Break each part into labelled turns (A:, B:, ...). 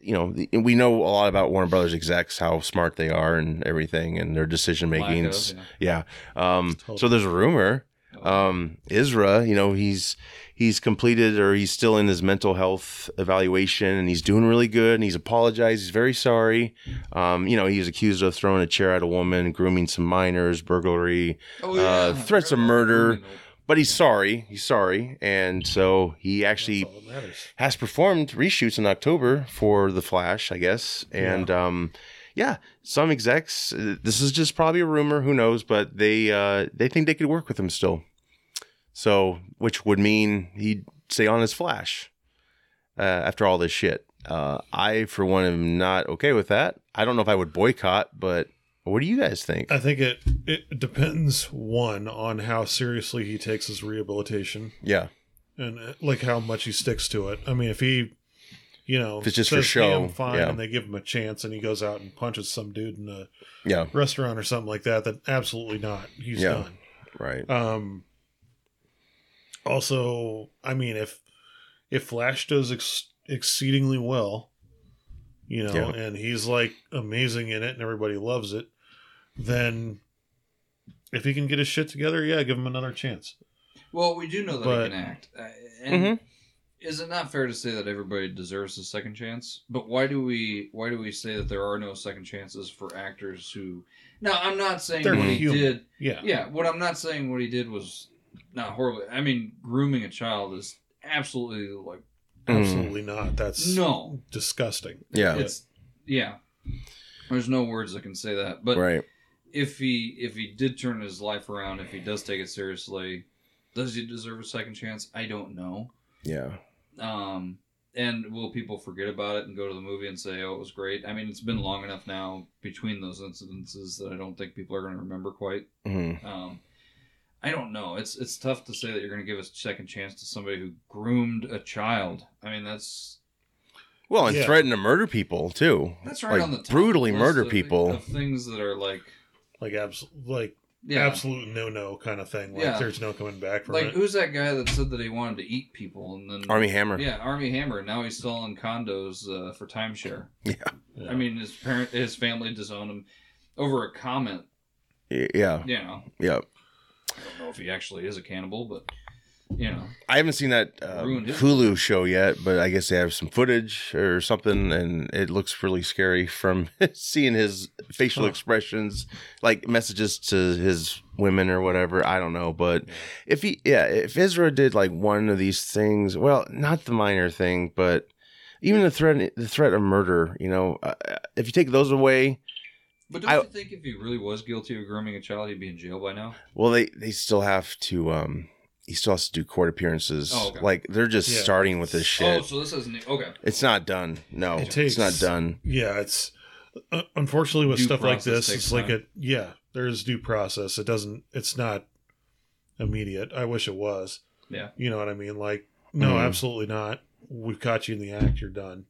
A: you know, the, and we know a lot about Warner Brothers execs, how smart they are and everything, and their decision making.
B: Lack of,
A: Yeah. Um,
C: Totally.
A: So there's a rumor. Um, Isra, you know, he's he's completed or he's still in his mental health evaluation, and he's doing really good. And he's apologized. He's very sorry. Um, you know, he's accused of throwing a chair at a woman, grooming some minors, burglary,
B: Oh,
A: uh, threats of murder. But he's sorry. He's sorry, and so he
C: That's
A: actually
C: all that matters.
A: has performed reshoots in October for The Flash, I guess. And yeah. um yeah, some execs uh, this is just probably a rumor, who knows, but they uh they think they could work with him still. So, which would mean he'd stay on as Flash uh after all this shit. Uh I for one am not okay with that. I don't know if I would boycott, but what do you guys think?
B: Uh,
C: I think it it depends one on how seriously he takes his rehabilitation
A: yeah.
C: and uh, like how much he sticks to it. I mean, if he, you know,
A: If it's just for
C: says, "Hey,
A: show,"
C: I'm fine,
A: yeah.
C: and they give him a chance, and he goes out and punches some dude in a
A: Yeah,
C: restaurant or something like that, then absolutely not. He's
A: Yeah.
C: done.
A: right.
C: Um, also, I mean, if if Flash does ex- exceedingly well, you know,
A: Yeah.
C: and he's like amazing in it, and everybody loves it, then if he can get his shit together, yeah, give him another chance.
B: Well, we do know that
C: But-
B: he can act. Uh, and
A: Mm-hmm.
B: is it not fair to say that everybody deserves a second chance? But why do we why do we say that there are no second chances for actors who Now, I'm not saying
C: They're
B: what he
C: human.
B: did.
C: Yeah,
B: Yeah, what I'm not saying what he did was not horrible. I mean, grooming a child is absolutely like
C: absolutely not. That's
B: no.
C: disgusting.
A: Yeah.
B: It's yeah. There's no words that can say that. But
A: right.
B: if he if he did turn his life around, if he does take it seriously, does he deserve a second chance? I don't know.
A: Yeah.
B: Um, and will people forget about it and go to the movie and say, "Oh, it was great"? I mean, it's been long enough now between those incidences that I don't think people are going to remember quite.
A: Mhm.
B: Um, I don't know. It's it's tough to say that you're going to give a second chance to somebody who groomed a child. I mean, that's
A: Well, and
C: Yeah.
A: threaten to murder people too.
B: that's right
A: Like,
B: on the top
A: brutally
B: list
A: murder
B: of thi-
A: people.
B: of things that are like
C: Like abs- like
B: yeah.
C: absolute no no kind of thing. Like
B: Yeah.
C: there's no coming back from
B: Like
C: it.
B: who's that guy that said that he wanted to eat people and then
A: Army Hammer.
B: Yeah, Army Hammer. Now he's selling condos uh, for timeshare.
C: Yeah.
B: I mean, his parent, his family disowned him over a comment.
A: Y- Yeah.
B: You know,
A: Yeah.
B: I don't know if he actually is a cannibal, but you know,
A: I haven't seen that uh,
B: Ruined his-
A: Hulu show yet, but I guess they have some footage or something, and it looks really scary from seeing his facial
C: Huh.
A: expressions, like messages to his women or whatever. I don't know, but if he, yeah, if Ezra did like one of these things, well, not the minor thing, but even the threat, the threat of murder, you know, uh, if you take those away,
B: but don't
A: I-
B: you think if he really was guilty of grooming a child, he'd be in jail by now?
A: Well, they they still have to. um He still has to do court appearances.
B: Oh, okay.
A: Like they're just
C: Yeah.
A: starting with this shit.
B: Oh, so this isn't okay.
A: it's not done. No,
C: It
A: it's
C: takes-
A: not done.
C: Yeah, it's uh, unfortunately with
B: Due
C: stuff like
B: process
C: this,
B: takes
C: it's like
B: time.
C: it. Yeah, there is due process. It doesn't. It's not immediate. I wish it was.
B: Yeah.
C: you know what I mean. Like, no,
A: Mhm.
C: absolutely not. We caught you in the act. You're done.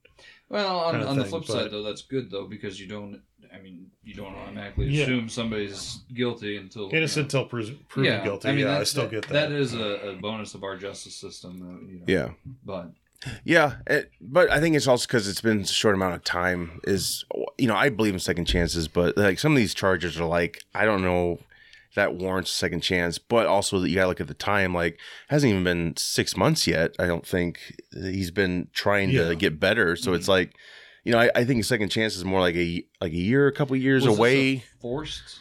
B: Well, on,
C: Kinda
B: on the
C: thing,
B: flip
C: but-
B: side, though, that's good though because you don't. I mean, you don't automatically
C: Yeah.
B: assume somebody's guilty until you know.
C: Innocent until pres- proven guilty. yeah, I
B: that's-
C: still get that.
B: That is a, a bonus of our justice system. That, you know,
A: Yeah.
B: But
A: Yeah, it, but I think it's also because it's been a short amount of time. Is you know I believe in second chances, but like some of these charges are like I don't know if that warrants a second chance, but also that you gotta look at the time. Like hasn't even been six months yet. I don't think he's been trying
C: Yeah.
A: to get better, so it's like you know I, I think a second chance is more like a like a year, a couple years
B: was this
A: away.
B: a forced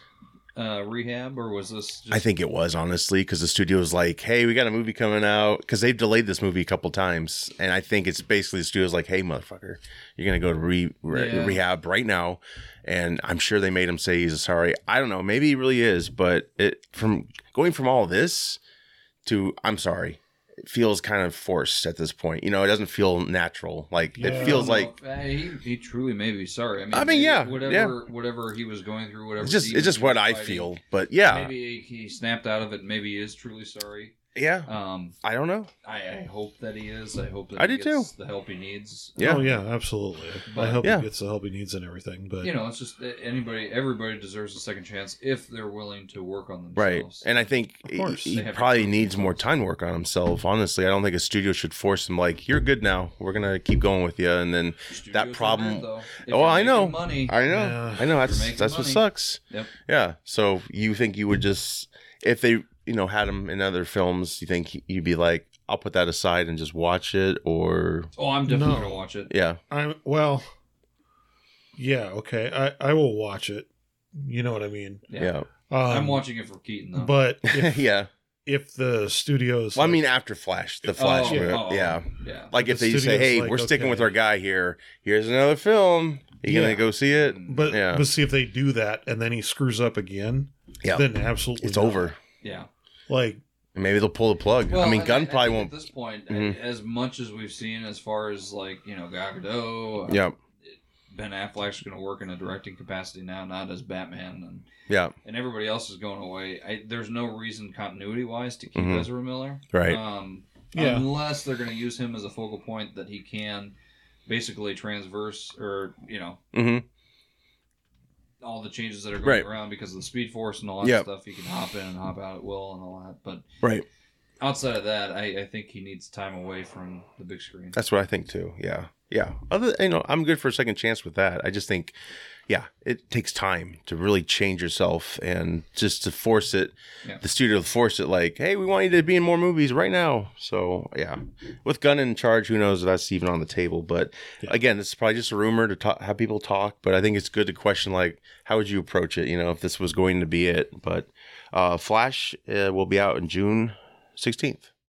B: uh, rehab, or was this? Just,
A: I think it was honestly because the studio was like, "Hey, we got a movie coming out," because they've delayed this movie a couple times, and I think it's basically the studio's like, "Hey, motherfucker, you're gonna go to re- re-
B: Yeah.
A: rehab right now," and I'm sure they made him say he's sorry. I don't know, maybe he really is, but it from going from all this to I'm sorry, it feels kind of forced at this point. You know, it doesn't feel natural. Like
C: Yeah.
A: it feels
B: I don't
A: like
B: know if- uh, he, he truly may be sorry. I mean,
A: I mean, yeah,
B: whatever,
A: yeah.
B: whatever he was going through, whatever.
A: it's just
B: demons
A: it's just
B: he was
A: what I
B: fighting,
A: feel. But yeah,
B: Maybe he snapped out of it. Maybe he is truly sorry.
A: Yeah,
B: Um,
A: I don't know.
B: I, I hope that he is. I hope that
A: I
B: he
A: do
B: gets the help he needs.
A: Yeah.
C: Oh yeah, absolutely.
B: But-
C: I hope
A: Yeah.
C: he gets the help he needs and everything. But
B: You know, it's just that anybody, everybody deserves a second chance if they're willing to work on
A: Right.
B: themselves.
A: And I think
C: Of course.
A: he,
B: They
A: he
B: have to
A: probably
B: prove
A: needs more time work on himself. Honestly, I don't think a studio should force him like, you're good now. We're going to keep going with you. And then
B: Studios
A: that
B: are
A: problem-
B: though. If
A: Oh,
B: you're
A: I
B: making
A: know.
B: Money.
A: I know,
C: Yeah.
A: I know that's
B: making
A: that's
B: money.
A: what sucks.
B: Yep.
A: Yeah. So you think you would just, if they, you know, had him in other films, you think he- you'd be like, I'll put that aside and just watch it or,
B: Oh, I'm definitely
C: No.
B: gonna watch it.
A: yeah.
C: I well, yeah, okay. I I will watch it. You know what I mean?
B: Yeah.
A: Yeah.
C: Um,
B: I'm watching it for Keaton though.
C: But
A: Yeah.
C: if, if the studios,
A: Well, I
C: like-
A: mean, after Flash, the Flash.
C: yeah.
A: Yeah.
B: oh,
A: yeah.
B: yeah.
A: Like if they
C: The
A: say,
C: studio's
A: hey,
C: like,
A: we're sticking
C: okay.
A: with our guy here. Here's another film. You going
C: Yeah.
A: to go see it?
C: but
A: yeah.
C: but see if they do that and then he screws up again.
A: Yeah.
C: Then absolutely,
A: It's
C: not.
A: over.
B: yeah.
C: Like
A: Maybe they'll pull the plug. I mean,
B: and
A: Gunn
B: I
A: probably
B: think
A: won't.
B: At this point,
A: Mhm.
B: as much as we've seen, as far as like you know, Gal Gadot, uh,
A: Yeah.
B: Ben Affleck's going to work in a directing capacity now, not as Batman, and
A: Yeah.
B: and everybody else is going away. I, there's no reason continuity wise to keep
A: Mhm.
B: Ezra Miller,
A: Right.
B: Um,
C: Yeah.
B: Unless they're going to use him as a focal point that he can basically transverse or you know
A: hmm
B: all the changes that are going
A: Right.
B: around because of the Speed Force and all that
A: Yep.
B: stuff. He can hop in and hop out at will and all that, but.
A: Right.
B: Outside of that, I, I think he needs time away from the big screen.
A: That's what I think too. Yeah. Yeah. Other you know, I'm good for a second chance with that. I just think yeah, it takes time to really change yourself and just to force it
B: Yeah.
A: the studio to force it like, hey, we want you to be in more movies right now. So yeah. With Gunn in charge, who knows if that's even on the table. But
C: Yeah.
A: again, this is probably just a rumor to talk, have people talk, but I think it's good to question like how would you approach it, you know, if this was going to be it. But uh Flash uh, will be out in June sixteenth.